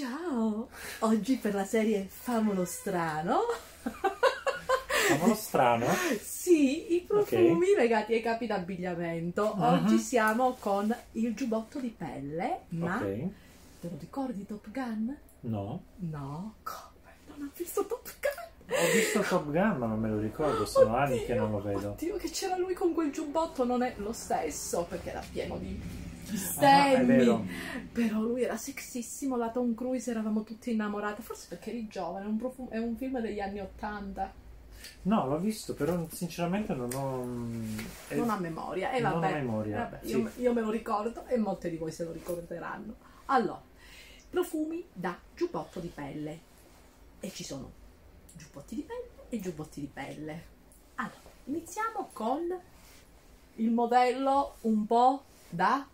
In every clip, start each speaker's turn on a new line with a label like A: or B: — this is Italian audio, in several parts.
A: Ciao! Oggi per la serie Famolo Strano.
B: Siamo strano.
A: Sì, i profumi legati ai capi d'abbigliamento.
B: Ah.
A: Oggi siamo con il giubbotto di pelle, ma
B: Ok.
A: te lo ricordi Top Gun?
B: No.
A: No, come? Non ho visto Top Gun!
B: Ho visto Top Gun, ma non me lo ricordo. Sono anni che non lo vedo.
A: Oddio, che c'era lui con quel giubbotto non è lo stesso, perché era pieno di di
B: Ah, è
A: stemmi.
B: vero.
A: Però lui era sexissimo, la Tom Cruise, eravamo tutti innamorate, forse perché eri giovane, è un, profumo- è un film degli anni Ottanta,
B: No, l'ho visto, però sinceramente non ho. eh,
A: non ha memoria, e
B: non ho
A: vabbè, Eh,
B: memoria.
A: vabbè,
B: Sì.
A: io, io me lo ricordo e molte di voi se lo ricorderanno. Allora, profumi da giubbotto di pelle, e ci sono giubbotti di pelle e giubbotti di pelle. Allora, iniziamo con il modello un po' da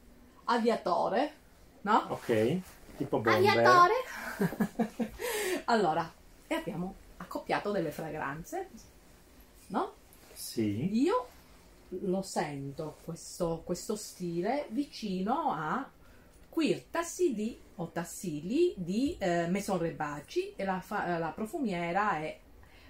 A: aviatore, no?
B: Ok. Tipo bomber.
A: Aviatore! allora, e abbiamo accoppiato delle fragranze, no?
B: Sì.
A: Io lo sento, questo, questo stile, vicino a Quirtassi di o Tassili di eh, Maison Rebaci e la, fa- la profumiera è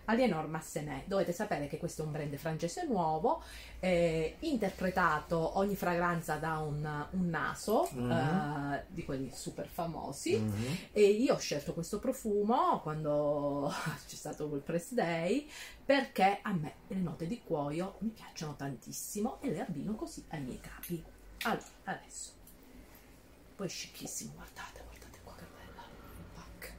A: Alienor Massenet. Dovete sapere che questo è un brand francese nuovo, eh, interpretato ogni fragranza da un, un naso,
B: Mhm.
A: eh, di quelli super famosi.
B: Mhm.
A: E io ho scelto questo profumo quando c'è stato quel press day perché a me le note di cuoio mi piacciono tantissimo e le abbino così ai miei capi. Allora, adesso. Poi è scicchissimo, guardate, guardate qua che bella. Pac.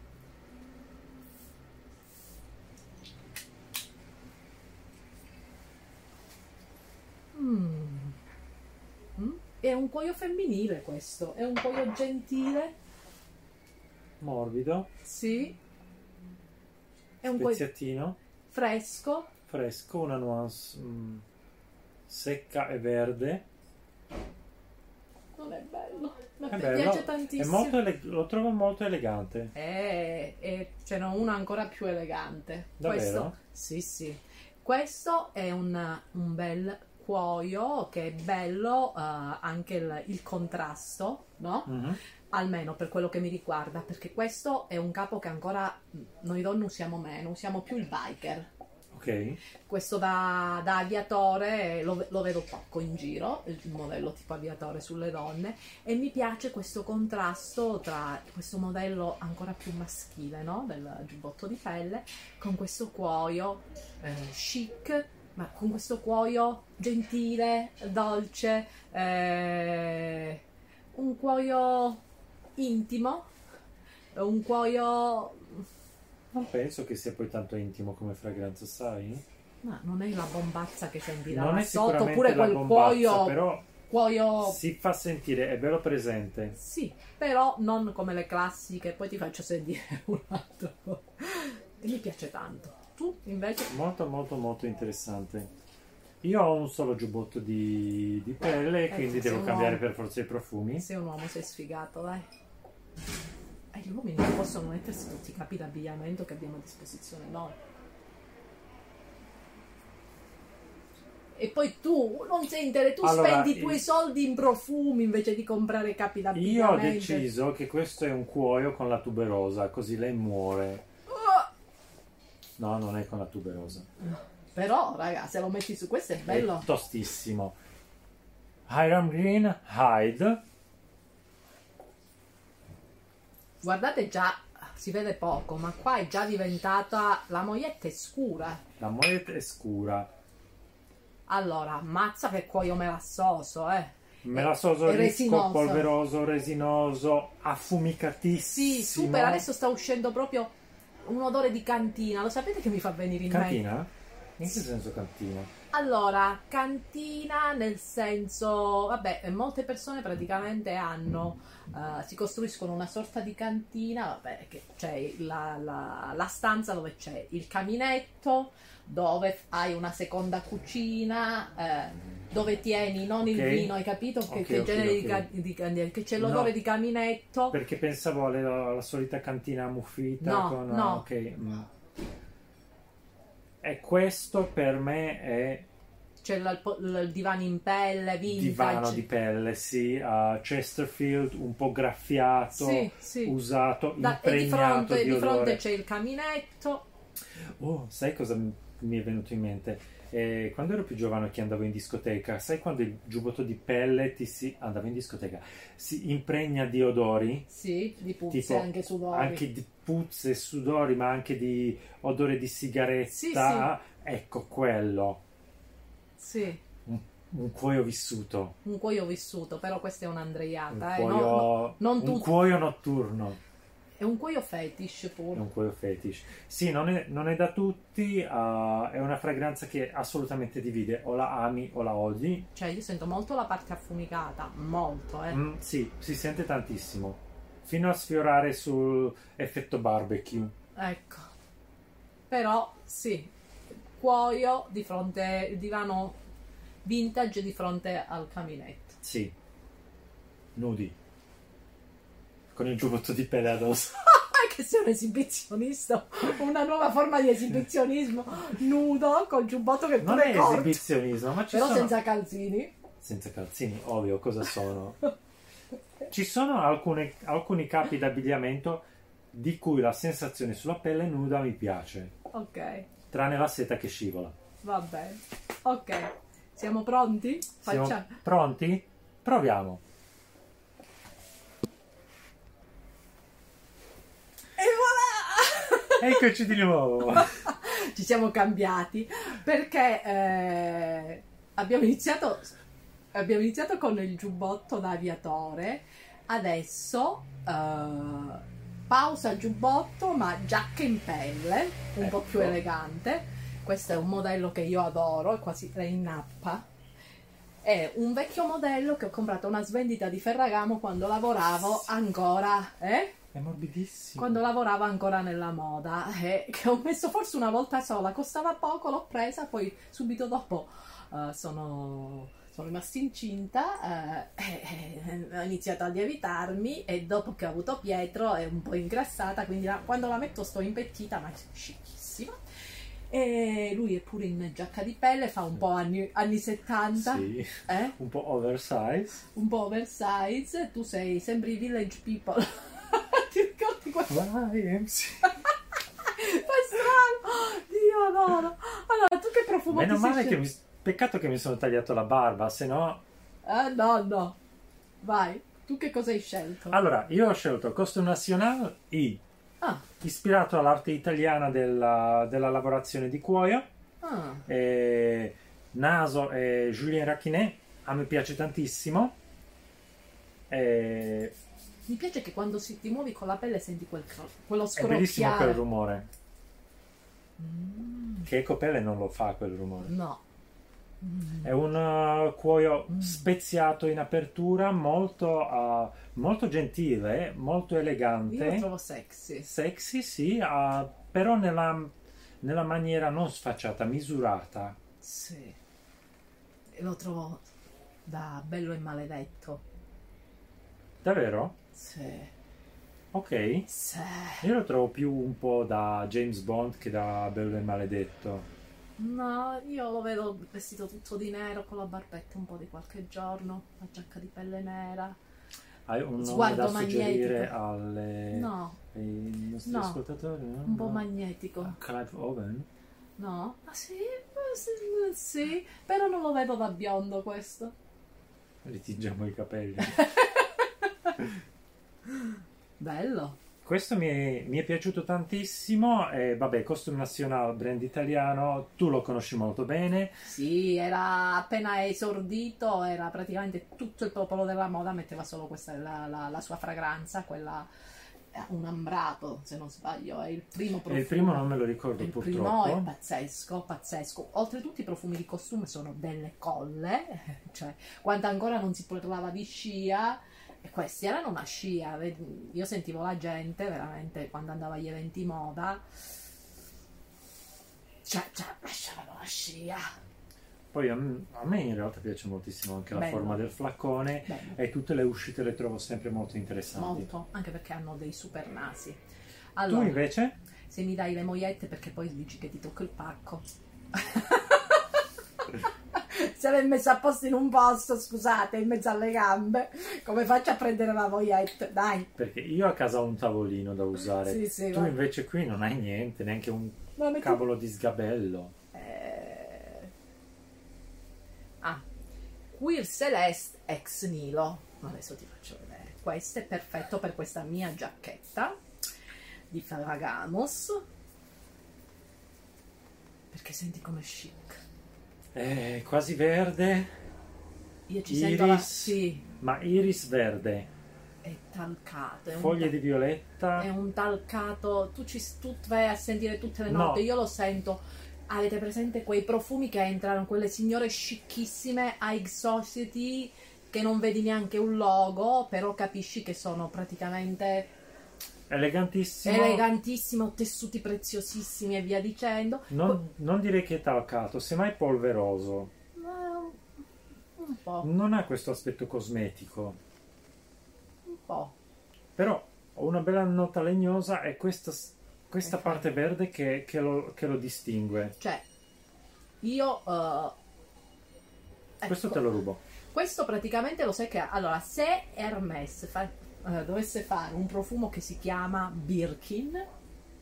A: Mm. Mm. È un cuoio femminile questo, è un cuoio gentile.
B: Morbido.
A: Sì. È un po'
B: Pezzettino.
A: fresco.
B: Fresco. Una nuance mm, secca e verde.
A: Non è bello. Ma
B: È
A: mi
B: bello.
A: piace
B: È
A: tantissimo.
B: molto ele- lo trovo molto elegante.
A: Eh, eh, ce n'è uno ancora più elegante.
B: Davvero?
A: Questo, sì, sì. Questo è un, un bel cuoio che è bello eh, anche il, il contrasto, no?
B: Mhm.
A: Almeno per quello che mi riguarda, perché questo è un capo che ancora mh, noi donne usiamo meno, usiamo più il biker.
B: Ok.
A: questo da, da aviatore lo, lo vedo poco in giro, il modello tipo aviatore sulle donne e mi piace questo contrasto tra questo modello ancora più maschile no? del giubbotto di pelle con questo cuoio eh, chic ma con questo cuoio gentile, dolce, eh, un cuoio intimo, un cuoio
B: Non penso che sia poi tanto intimo come fragranza, sai?
A: Ma non è la bombazza che senti da
B: non
A: là
B: è
A: sotto,
B: sicuramente
A: oppure
B: la
A: quel
B: bombazza,
A: cuoio, Oh.
B: però
A: cuoio...
B: si fa sentire, è bello presente.
A: Sì, però non come le classiche, poi ti faccio sentire un altro. E mi piace tanto. Tu invece...
B: Molto, molto, molto interessante. Io ho un solo giubbotto di, di pelle,
A: Eh,
B: quindi
A: sì,
B: devo
A: no.
B: cambiare per forza i profumi.
A: Sei un uomo, sei sfigato, dai. E gli uomini non possono mettersi tutti i capi d'abbigliamento che abbiamo a disposizione noi. E poi tu non senti, tu
B: Allora,
A: spendi i tuoi
B: il-
A: soldi in profumi invece di comprare capi
B: Io ho
A: d'abbigliamento.
B: deciso che questo è un cuoio con la tuberosa, così lei muore.
A: Ah!
B: No, non è con la tuberosa.
A: Però, raga, se lo metti su questo è bello.
B: È tostissimo. Hiram Green Hyde.
A: Guardate già, si vede poco, ma qua è già diventata la moglietta è scura.
B: La moete è scura.
A: Allora, mazza che cuoio melassoso, eh.
B: Melasoso,
A: È
B: ricco,
A: resinoso.
B: polveroso, resinoso, affumicatissimo.
A: Sì, super, adesso sta uscendo proprio un odore di cantina. Lo sapete che mi fa venire in mente?
B: Cantina? In che senso cantina?
A: Allora, cantina nel senso, vabbè, molte persone praticamente hanno, eh, si costruiscono una sorta di cantina, vabbè, che c'è la, la- la stanza dove c'è il caminetto, dove hai una seconda cucina, eh, dove tieni non il
B: Ok.
A: vino, hai capito? Che,
B: Ok,
A: che
B: ok,
A: genere di
B: ok.
A: ca- di can- che c'è l'odore
B: No.
A: di caminetto.
B: Perché pensavo alla, alla solita cantina ammuffita
A: No,
B: con...
A: no.
B: ok, mm. E questo per me è
A: c'è la- il po- il, divano in pelle, vintage.
B: divano di pelle, sì, a Chesterfield, un po' graffiato,
A: Sì, sì.
B: usato,
A: Da- e di
B: impregnato
A: fronte,
B: di,
A: di fronte
B: odore.
A: c'è il caminetto.
B: Oh, sai cosa m- mi è venuto in mente? Eh, quando ero più giovane che andavo in discoteca, sai quando il giubbotto di pelle ti si andavo in discoteca, si impregna di odori?
A: Sì, di puzze
B: Tipo,
A: anche sudori.
B: anche di puzze, sudori, ma anche di odore di sigaretta.
A: Sì, sì.
B: Ecco quello,
A: Sì,
B: un cuoio vissuto,
A: un cuoio vissuto, però questa è
B: un,
A: un'andreiata. eh, no-
B: cuoio,
A: no- non
B: un
A: tutti.
B: cuoio notturno,
A: è un cuoio fetish
B: è
A: pure.
B: un cuoio fetish. Sì, non è, non è da tutti, ah, è una fragranza che assolutamente divide, o la ami o la odi.
A: Cioè, io sento molto la parte affumicata, molto, eh.
B: Mm, sì, si sente tantissimo, fino a sfiorare sull'effetto barbecue.
A: Ecco. Però, sì, cuoio di fronte, divano vintage di fronte al caminetto.
B: Sì, nudi, con il giubbotto di pelle addosso.
A: che sei un esibizionista, una nuova forma di esibizionismo, nudo, col giubbotto che
B: Non
A: pure
B: è
A: corto,
B: esibizionismo, ma ci
A: però
B: sono...
A: senza calzini.
B: senza calzini, ovvio, cosa sono? Ci sono alcune- alcuni capi d'abbigliamento di cui la sensazione sulla pelle nuda mi piace,
A: Ok,
B: tranne la seta che scivola.
A: va bene. Ok, siamo pronti?
B: Siamo
A: Facciamo.
B: pronti? Proviamo.
A: E voilà!
B: Eccoci di nuovo.
A: Ci siamo cambiati perché eh, abbiamo, iniziato, abbiamo iniziato con il giubbotto da aviatore, adesso eh, pausa giubbotto ma giacca in pelle, un po' più
B: Ecco.
A: elegante. Questo è un modello che io adoro, è quasi la innappa. È un vecchio modello che ho comprato a una svendita di Ferragamo quando lavoravo ancora. Eh?
B: È morbidissimo.
A: quando lavoravo ancora nella moda e che ho messo forse una volta sola, costava poco, l'ho presa, poi subito dopo eh, sono, sono rimasta incinta, eh, e- e ho iniziato a lievitarmi e dopo che ho avuto Pietro è un po' ingrassata, quindi la- quando la metto sto impettita, ma è scicchissima. E lui è pure in giacca di pelle, fa un po' anni, anni 70,
B: Sì,
A: eh?
B: un po' oversize.
A: un po' oversize, tu sei, sembri village people. Ti ricordi quando
B: Vai, MC.
A: Ah, Fa strano! Dio, no, no. Allora, tu che profumo
B: Meno
A: ti
B: male
A: sei
B: che
A: scel-
B: mi... Peccato che mi sono tagliato la barba, se no...
A: Eh, no, no. Vai, tu che cosa hai scelto?
B: Allora, io ho scelto Costume National I.
A: Ah,
B: ispirato all'arte italiana della, della lavorazione di cuoio.
A: ah,
B: Eh, Naso e Julien Raquinet, a me piace tantissimo. Eh,
A: mi piace che quando si, ti muovi con la pelle senti quel, cro- quello
B: è bellissimo quel
A: scrocchiare.
B: rumore,
A: Mm,
B: che Ecopelle non lo fa quel rumore.
A: no. Mm.
B: È un eh, cuoio
A: Mm.
B: speziato in apertura, molto, eh, molto gentile, molto
A: Io lo
B: elegante,
A: trovo sexy.
B: sexy, sì, eh, però nella, nella maniera non sfacciata, misurata.
A: Sì. E Lo trovo da bello e maledetto.
B: Davvero?
A: Sì.
B: Ok.
A: Sì.
B: Io lo trovo più un po' da James Bond che da Bello e Maledetto.
A: No, io lo vedo vestito tutto di nero con la barbetta un po' di qualche giorno, la giacca di pelle nera.
B: Hai un nome
A: Sguardo
B: da suggerire
A: magnetico.
B: alle,
A: No,
B: ai nostri
A: No.
B: ascoltatori? no?
A: un po'
B: Eh. No.
A: magnetico.
B: Clive Owen?
A: No? Ah sì, Eh, sì, eh, sì, però non lo vedo da biondo questo.
B: Ritingiamo i capelli.
A: Bello.
B: Questo mi è, mi è piaciuto tantissimo. E vabbè, Costume National, brand italiano, tu lo conosci molto bene.
A: Sì, era appena esordito, era praticamente tutto il popolo della moda, metteva solo questa, la, la- la sua fragranza, quella... eh, Un ambrato, se non sbaglio, è il primo
B: E
A: profumo.
B: il primo non me lo ricordo
A: Il Eh, primo è
B: purtroppo.
A: pazzesco, pazzesco. Oltretutto i profumi di costume sono delle colle, cioè quando ancora non si parlava di scia, e questi erano una scia. vedi, Io sentivo la gente veramente quando andava agli eventi moda, cioè, cioè lasciavano la scia.
B: Poi a me, a me in realtà piace moltissimo anche la
A: Bello.
B: forma del flaccone
A: Bello,
B: e tutte le uscite le trovo sempre molto interessanti.
A: molto, anche perché hanno dei super nasi.
B: Eh, Tu
A: Allora,
B: invece?
A: se mi dai le mogliette perché poi dici che ti tocco il pacco. se l'è messa apposta in un posto, scusate, in mezzo alle gambe, come faccio a prendere la voyette? Dai,
B: Perché io a casa ho un tavolino da usare.
A: Sì, sì,
B: tu
A: va.
B: invece qui non hai niente, neanche un
A: ma metti-
B: cavolo di sgabello.
A: Eh, Ah, Queer Celeste ex Nilo. Adesso ti faccio vedere. Questo è perfetto per questa mia giacchetta di Ferragamos. Perché senti come chic.
B: Eh, quasi verde,
A: Io ci
B: Iris.
A: sento la... Sì,
B: ma iris verde,
A: è talcato. È un,
B: foglie
A: ta-
B: di violetta.
A: è un talcato. Tu, ci, tu vai a sentire tutte le
B: No.
A: notti. Io lo sento. Avete presente quei profumi che entrano, quelle signore scicchissime ai Society che non vedi neanche un logo, però capisci che sono praticamente
B: Elegantissimo.
A: elegantissime, tessuti preziosissimi e via dicendo.
B: non, non direi che è talcato, semmai polveroso.
A: Ma un po',
B: Non ha questo aspetto cosmetico.
A: un po'.
B: Però ho una bella nota legnosa e questa, questa parte verde che, che lo, che lo distingue.
A: Cioè, io... eh,
B: Questo
A: ecco.
B: te lo rubo.
A: Questo praticamente lo sai che allora se Hermes fa- eh, dovesse fare un profumo che si chiama Birkin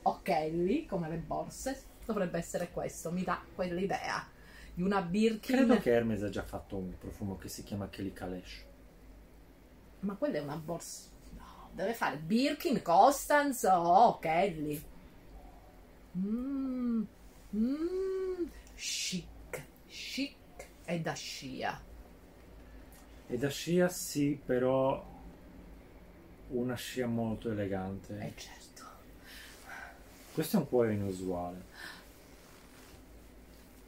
A: o Kelly come le borse dovrebbe essere questo, mi dà quell'idea di una Birkin,
B: Credo che Hermes ha già fatto un profumo che si chiama Kelly Kalesh.
A: ma quella è una borsa. No, deve fare Birkin, Constance o Kelly. Mm, mm, chic, chic e da scia.
B: E da scia sì, però una scia molto elegante.
A: Eh certo.
B: Questo è un po' inusuale.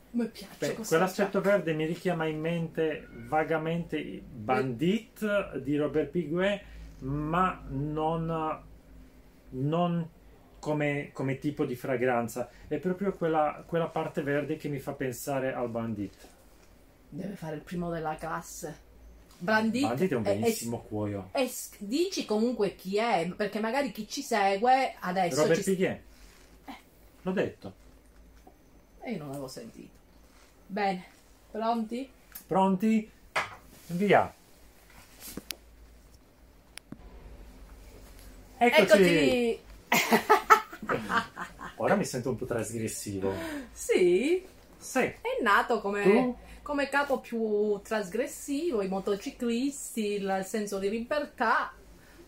A: Mi piace
B: Beh,
A: questa
B: quell'aspetto verde mi richiama in mente vagamente i Bandit di Robert Piguet, ma non, non come, come tipo di fragranza. È proprio quella, quella parte verde che mi fa pensare al Bandit.
A: Deve fare il primo della classe. Brandit,
B: Bandit è un
A: è- è-
B: benissimo cuoio.
A: E s- dici comunque chi è, perché magari chi ci segue adesso
B: Robert
A: ci...
B: Piguet. L'ho detto.
A: E io non l'avevo sentito. Bene, pronti?
B: Pronti? Via. Eccoci.
A: Eccoci!
B: Ora mi sento un po' trasgressivo.
A: Sì,
B: Sì.
A: è nato come,
B: Tu?
A: come capo più trasgressivo, i motociclisti, il senso di libertà.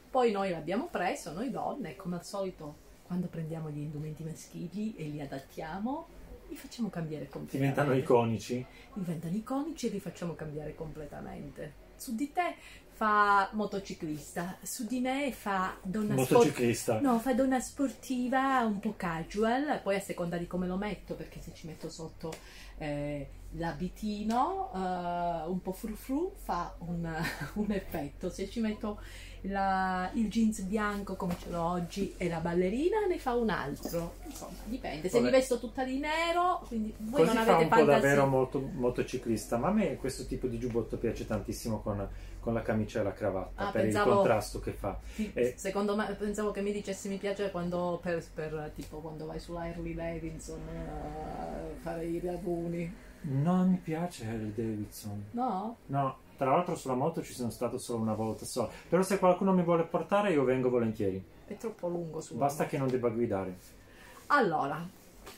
A: Poi noi l'abbiamo preso, noi donne, come al solito, quando prendiamo gli indumenti maschili e li adattiamo, li facciamo cambiare completamente.
B: Diventano iconici.
A: diventano iconici e li facciamo cambiare completamente. Su di te fa motociclista, su di me fa donna sportiva.
B: Motociclista.
A: No, fa donna sportiva un po' casual, poi a seconda di come lo metto, perché se ci metto sotto eh, l'abitino eh, un po' frufru fa un, un effetto, se ci metto la- il jeans bianco come ce l'ho oggi e la ballerina ne fa un altro, insomma dipende, se mi
B: Vabbè.
A: vesto tutta di nero, quindi voi
B: Così
A: non
B: fa
A: avete
B: un po'
A: fantasia.
B: davvero molto motociclista, ma a me questo tipo di giubbotto piace tantissimo con, con la camicia e la cravatta
A: Ah,
B: per
A: pensavo-
B: il contrasto che fa.
A: Sì,
B: Eh.
A: Secondo me pensavo che mi dicessi mi piace quando per, per, tipo quando vai sulla Harley Davidson eh, a fare i raduni.
B: Non mi piace Harry Davidson.
A: No?
B: No, tra l'altro sulla moto ci sono stato solo una volta solo. Però se qualcuno mi vuole portare io vengo volentieri.
A: È troppo lungo su.
B: Basta che non debba guidare.
A: Allora,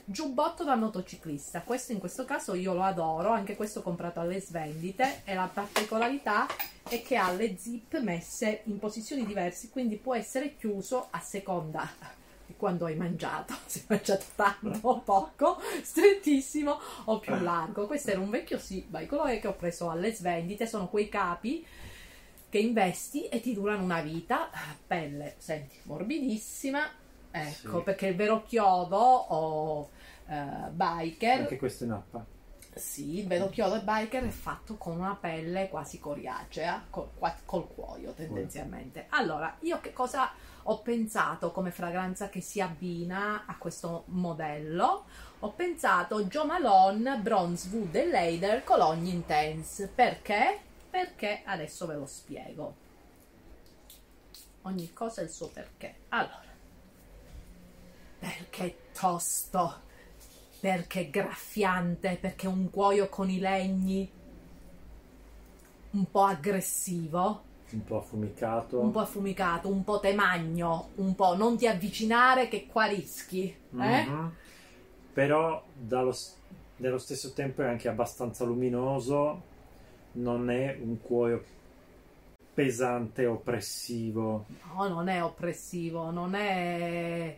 A: giubbotto da motociclista. Questo in questo caso io lo adoro, anche questo ho comprato alle svendite e la particolarità è che ha le zip messe in posizioni diverse, quindi può essere chiuso a seconda di quando hai mangiato, se hai mangiato tanto o poco, strettissimo o più largo. Questo era un vecchio sì, bicolore che ho preso alle svendite, sono quei capi che investi e ti durano una vita, pelle, senti, morbidissima, ecco,
B: Sì.
A: perché il vero chiodo o eh, biker,
B: Anche questa è un'appa.
A: sì, il vero chiodo e biker è fatto con una pelle quasi coriacea, col, qua- col cuoio tendenzialmente. Allora, io che cosa ho pensato come fragranza che si abbina a questo modello? Ho pensato Joe Malone Bronze Wood e Lader Cologne Intense. Perché? Perché adesso ve lo spiego. Ogni cosa ha il suo perché. Allora, perché è tosto, perché è graffiante, perché è un cuoio con i legni un po' aggressivo,
B: un po' affumicato.
A: un po' affumicato, un po' temagno, un po' non ti avvicinare che qua rischi. eh?
B: Mhm. Però dallo s- nello stesso tempo è anche abbastanza luminoso, non è un cuoio pesante, oppressivo.
A: No, non è oppressivo, non è...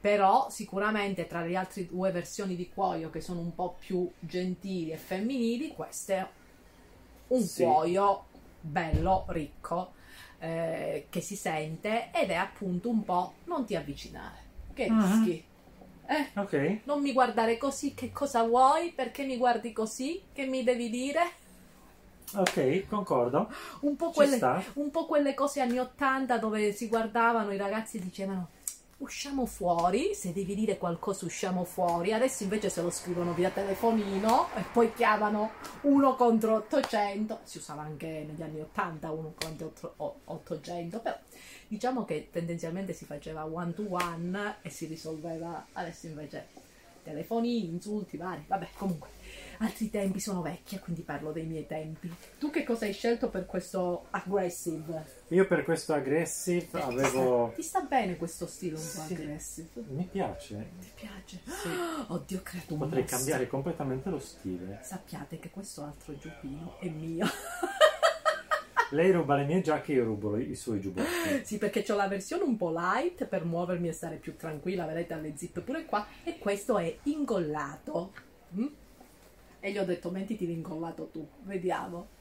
A: Però sicuramente tra le altre due versioni di cuoio che sono un po' più gentili e femminili, questo è un
B: Sì.
A: cuoio bello, ricco, eh, che si sente ed è appunto un po' non ti avvicinare, che
B: Mhm.
A: rischi. Eh,
B: Ok,
A: non mi guardare così, che cosa vuoi? Perché mi guardi così? Che mi devi dire?
B: ok, concordo.
A: Un po'
B: Ci
A: quelle...
B: sta.
A: un po' quelle cose anni 80 dove si guardavano i ragazzi e dicevano usciamo fuori, se devi dire qualcosa usciamo fuori, adesso invece se lo scrivono via telefonino e poi chiamano uno contro 800, si usava anche negli anni 80 uno contro otto- o- 800, però diciamo che tendenzialmente si faceva one to one e si risolveva, adesso invece telefonini, insulti vari, vabbè comunque altri tempi sono vecchia quindi parlo dei miei tempi. Tu che cosa hai scelto per questo aggressive?
B: Io per questo aggressive Ah,
A: Eh,
B: avevo...
A: Ti sta bene questo stile un po'
B: Sì.
A: aggressive?
B: Mi piace,
A: Ti piace?
B: Sì.
A: Oddio, ho creato un
B: potrei
A: mostro.
B: cambiare completamente lo stile.
A: Sappiate che questo altro giubbino è mio.
B: Lei ruba le mie giacche, io rubo i suoi giubbotti.
A: sì, perché ho la versione un po' light per muovermi e stare più tranquilla, vedete alle zip pure qua. E questo è ingollato. Mm? E gli ho detto, mettiti l'ingollato tu, vediamo.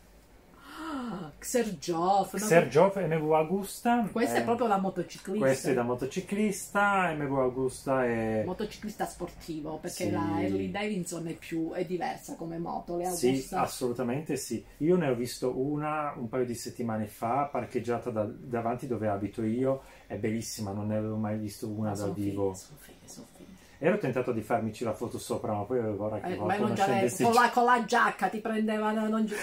A: Ah, Xerjoff, ma
B: Sergio MV Augusta.
A: questa
B: eh,
A: è proprio la motociclista.
B: Questo è da motociclista, MV Augusta è...
A: motociclista sportivo perché
B: Eh. Sì.
A: la Harley Davidson è più è diversa come moto le
B: Sì,
A: Augusta
B: assolutamente sì. Io ne ho visto una un paio di settimane fa, parcheggiata da- davanti dove abito io. È bellissima, non ne avevo mai visto una
A: Ma Ah,
B: dal
A: sono
B: vivo.
A: fighe, sono fighe, sono fighe.
B: Ero tentato di farmici la foto sopra, ma poi avevo paura che
A: Eh, ma
B: qualcuno
A: non c'era
B: scendesse
A: con,
B: giù.
A: la- con la giacca ti prendevano non gi-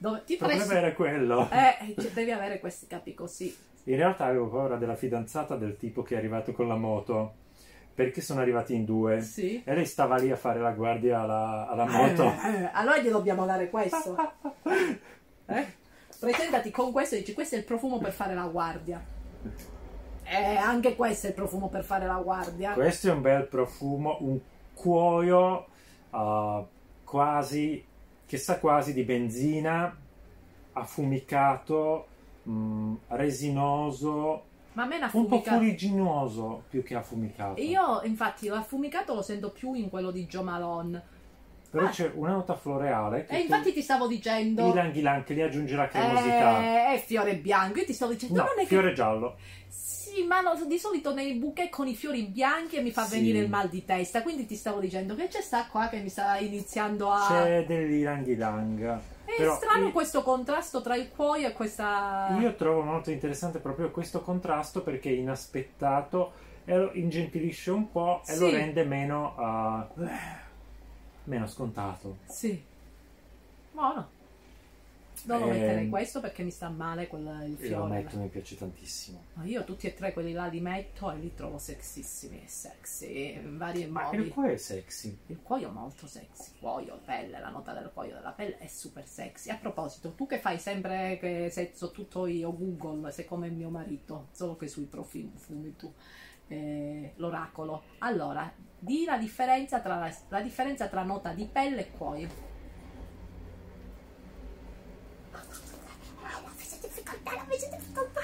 A: dove, ti
B: Il problema
A: presi
B: era quello.
A: eh, cioè, devi avere questi capi così
B: In realtà avevo paura della fidanzata del tipo che è arrivato con la moto, perché sono arrivati in due.
A: sì
B: E lei stava lì a fare la guardia alla, alla moto.
A: Eh, eh, allora gli dobbiamo dare questo eh? presentati con questo e dici questo è il profumo per fare la guardia eh, anche questo è il profumo per fare la guardia
B: Questo è un bel profumo, un cuoio ah, quasi, che sa quasi di benzina, affumicato, mh, resinoso,
A: ma a me una
B: un po'
A: fumica-
B: fuligginoso più che affumicato.
A: Io infatti l'affumicato lo sento più in quello di Joe Malone.
B: Però
A: Ah.
B: c'è una nota floreale che
A: E Eh, infatti ti stavo
B: tu,
A: dicendo...
B: Ilan Ghilan, che lì aggiunge la cremosità.
A: Eh, è fiore bianco. Io ti stavo dicendo...
B: No,
A: non è
B: fiore
A: che...
B: giallo.
A: Sì, ma no, di solito nei bouquet con i fiori bianchi e mi fa
B: Sì.
A: venire il mal di testa. Quindi ti stavo dicendo che c'è sta qua che mi sta iniziando a...
B: C'è dell'Ilan Ghilang.
A: è
B: però
A: strano
B: io-
A: questo contrasto tra il cuoio e questa...
B: Io trovo molto interessante proprio questo contrasto perché è inaspettato e lo ingentilisce un po' e
A: Sì.
B: lo rende meno, uh, meno scontato.
A: Sì. Buono. Non lo
B: Ehm,
A: metterei questo perché mi sta male quel, il
B: E lo
A: fiore.
B: metto, mi piace tantissimo.
A: Ma io tutti e tre quelli là li metto e li trovo sexissimi e sexy in vari
B: Ma
A: modi.
B: il
A: Il,
B: cuore è sexy.
A: cuoio è molto sexy, cuoio, pelle, la nota del cuoio della pelle è super sexy. A proposito, tu che fai sempre che sezzo tutto io, Google, sei come mio marito, solo che sui profumi fumi tu. eh, l'oracolo. Allora, di la differenza tra la, la differenza tra nota di pelle e cuoio. Ho messo difficoltà, ho messo difficoltà.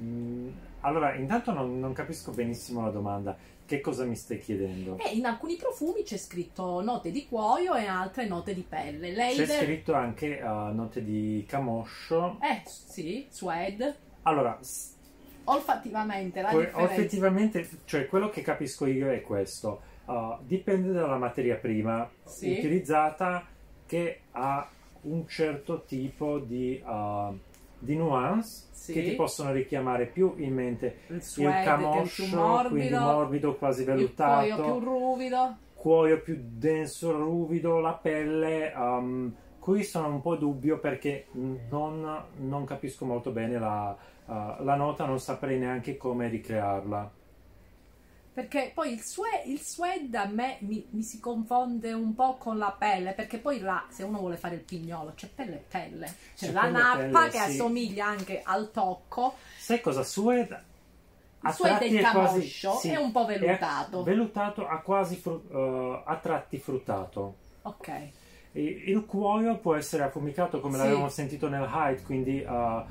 B: Mm, allora, intanto non, non capisco benissimo la domanda. Che cosa mi stai chiedendo?
A: Eh, in alcuni profumi c'è scritto note di cuoio e in altre note di pelle. Lei
B: C'è scritto anche uh, note di camoscio.
A: Eh, sì, suede.
B: Allora, s-
A: Olfattivamente la
B: Que-
A: differenza.
B: effettivamente, cioè quello che capisco io è questo. Uh, dipende dalla materia prima
A: Sì.
B: utilizzata che ha un certo tipo di, uh, di nuance
A: Sì.
B: che ti possono richiamare più in mente
A: il
B: il
A: suede che è più
B: camoscio, quindi
A: morbido,
B: morbido, quasi
A: il cuoio
B: vellutato,
A: più ruvido.
B: cuoio più denso, ruvido, la pelle. um, qui sono un po' dubbio perché non, non capisco molto bene la, uh, la nota, non saprei neanche come ricrearla.
A: Perché poi il, sue, il suede a me mi, mi si confonde un po' con la pelle, perché poi là, se uno vuole fare il pignolo, c'è pelle e pelle. C'è,
B: C'è
A: la
B: pelle e
A: nappa
B: pelle,
A: che
B: sì.
A: assomiglia anche al tocco.
B: Sai cosa? Suede
A: Il
B: a
A: suede
B: tratti
A: è
B: è quasi-
A: camoscio,
B: sì,
A: è un po'
B: è
A: vellutato.
B: Vellutato a quasi fru- eh, a tratti fruttato.
A: ok.
B: E il cuoio può essere affumicato come
A: Sì.
B: l'avevamo sentito nel Hyde, quindi eh,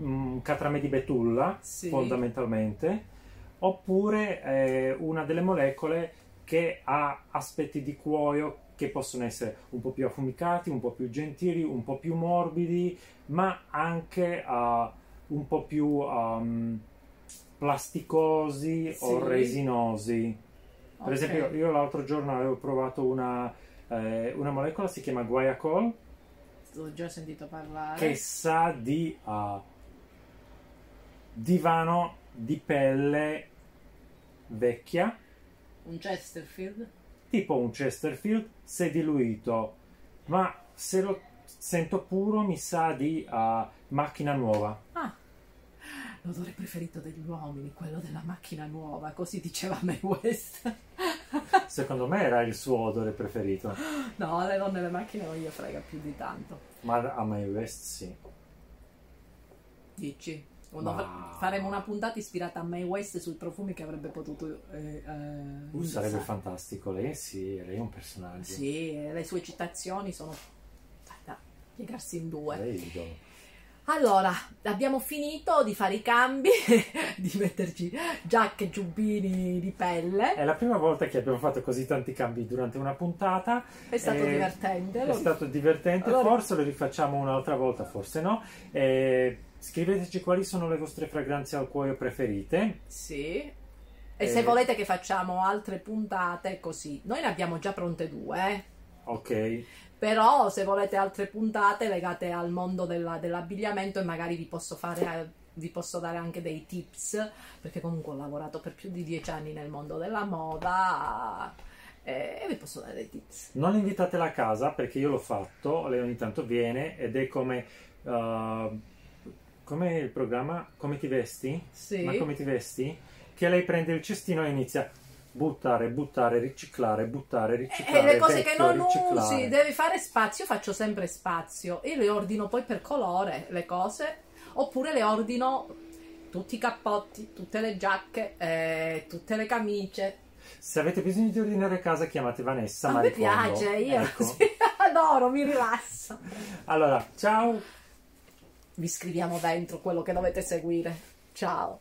B: mm, catrame di betulla
A: Sì.
B: fondamentalmente, oppure eh, una delle molecole che ha aspetti di cuoio che possono essere un po' più affumicati, un po' più gentili, un po' più morbidi, ma anche eh, un po' più ehm, plasticosi
A: Sì.
B: o resinosi. Per
A: ok.
B: esempio, io l'altro giorno avevo provato una, eh, una molecola, si chiama guaiacol,
A: L'ho già sentito parlare.
B: che sa di ah, divano di pelle vecchia,
A: Un Chesterfield?
B: tipo un Chesterfield, se diluito, ma se lo sento puro mi sa di ah, macchina nuova.
A: Ah, l'odore preferito degli uomini, quello della macchina nuova, così diceva Mae West.
B: Secondo me era il suo odore preferito,
A: No, alle donne le macchine non gli frega più di tanto.
B: ma a Mae West sì.
A: Dici? Uno-
B: Ma-
A: Faremo una puntata ispirata a Mae West sui profumi che avrebbe potuto eh, eh,
B: Uh, sarebbe
A: indossare.
B: fantastico, lei sì, lei è un personaggio.
A: Sì, eh, le sue citazioni sono da piegarsi in due.
B: Lei è idolo.
A: Allora, abbiamo finito di fare i cambi, di metterci giacche e giubbini di pelle.
B: È la prima volta che abbiamo fatto così tanti cambi durante una puntata.
A: È stato
B: Eh,
A: divertente.
B: È stato divertente,
A: Allora-
B: forse lo rifacciamo un'altra volta, forse no. Eh, scriveteci quali sono le vostre fragranze al cuoio preferite.
A: Sì. E
B: Eh.
A: se volete che facciamo altre puntate così, noi ne abbiamo già pronte due, eh.
B: Ok,
A: però se volete altre puntate legate al mondo della- dell'abbigliamento e magari vi posso fare eh, vi posso dare anche dei tips perché comunque ho lavorato per più di dieci anni nel mondo della moda eh, e vi posso dare dei tips.
B: non invitatela a casa perché io l'ho fatto, lei ogni tanto viene ed è come... uh, come il programma? Come ti vesti?
A: Sì.
B: Ma come ti vesti? Che lei prende il cestino e inizia buttare, buttare, riciclare, buttare,
A: E
B: riciclare.
A: Eh, le cose che
B: vecchio,
A: non
B: riciclare.
A: usi, devi fare spazio, io faccio sempre spazio. Io le ordino poi per colore le cose, oppure le ordino tutti i cappotti, tutte le giacche, eh, tutte le camicie.
B: Se avete bisogno di ordinare a casa, chiamate Vanessa.
A: A me
B: Maricondo.
A: piace, io
B: Ecco.
A: sì, adoro, mi rilassa.
B: Allora, ciao.
A: Vi scriviamo dentro quello che dovete seguire. Ciao.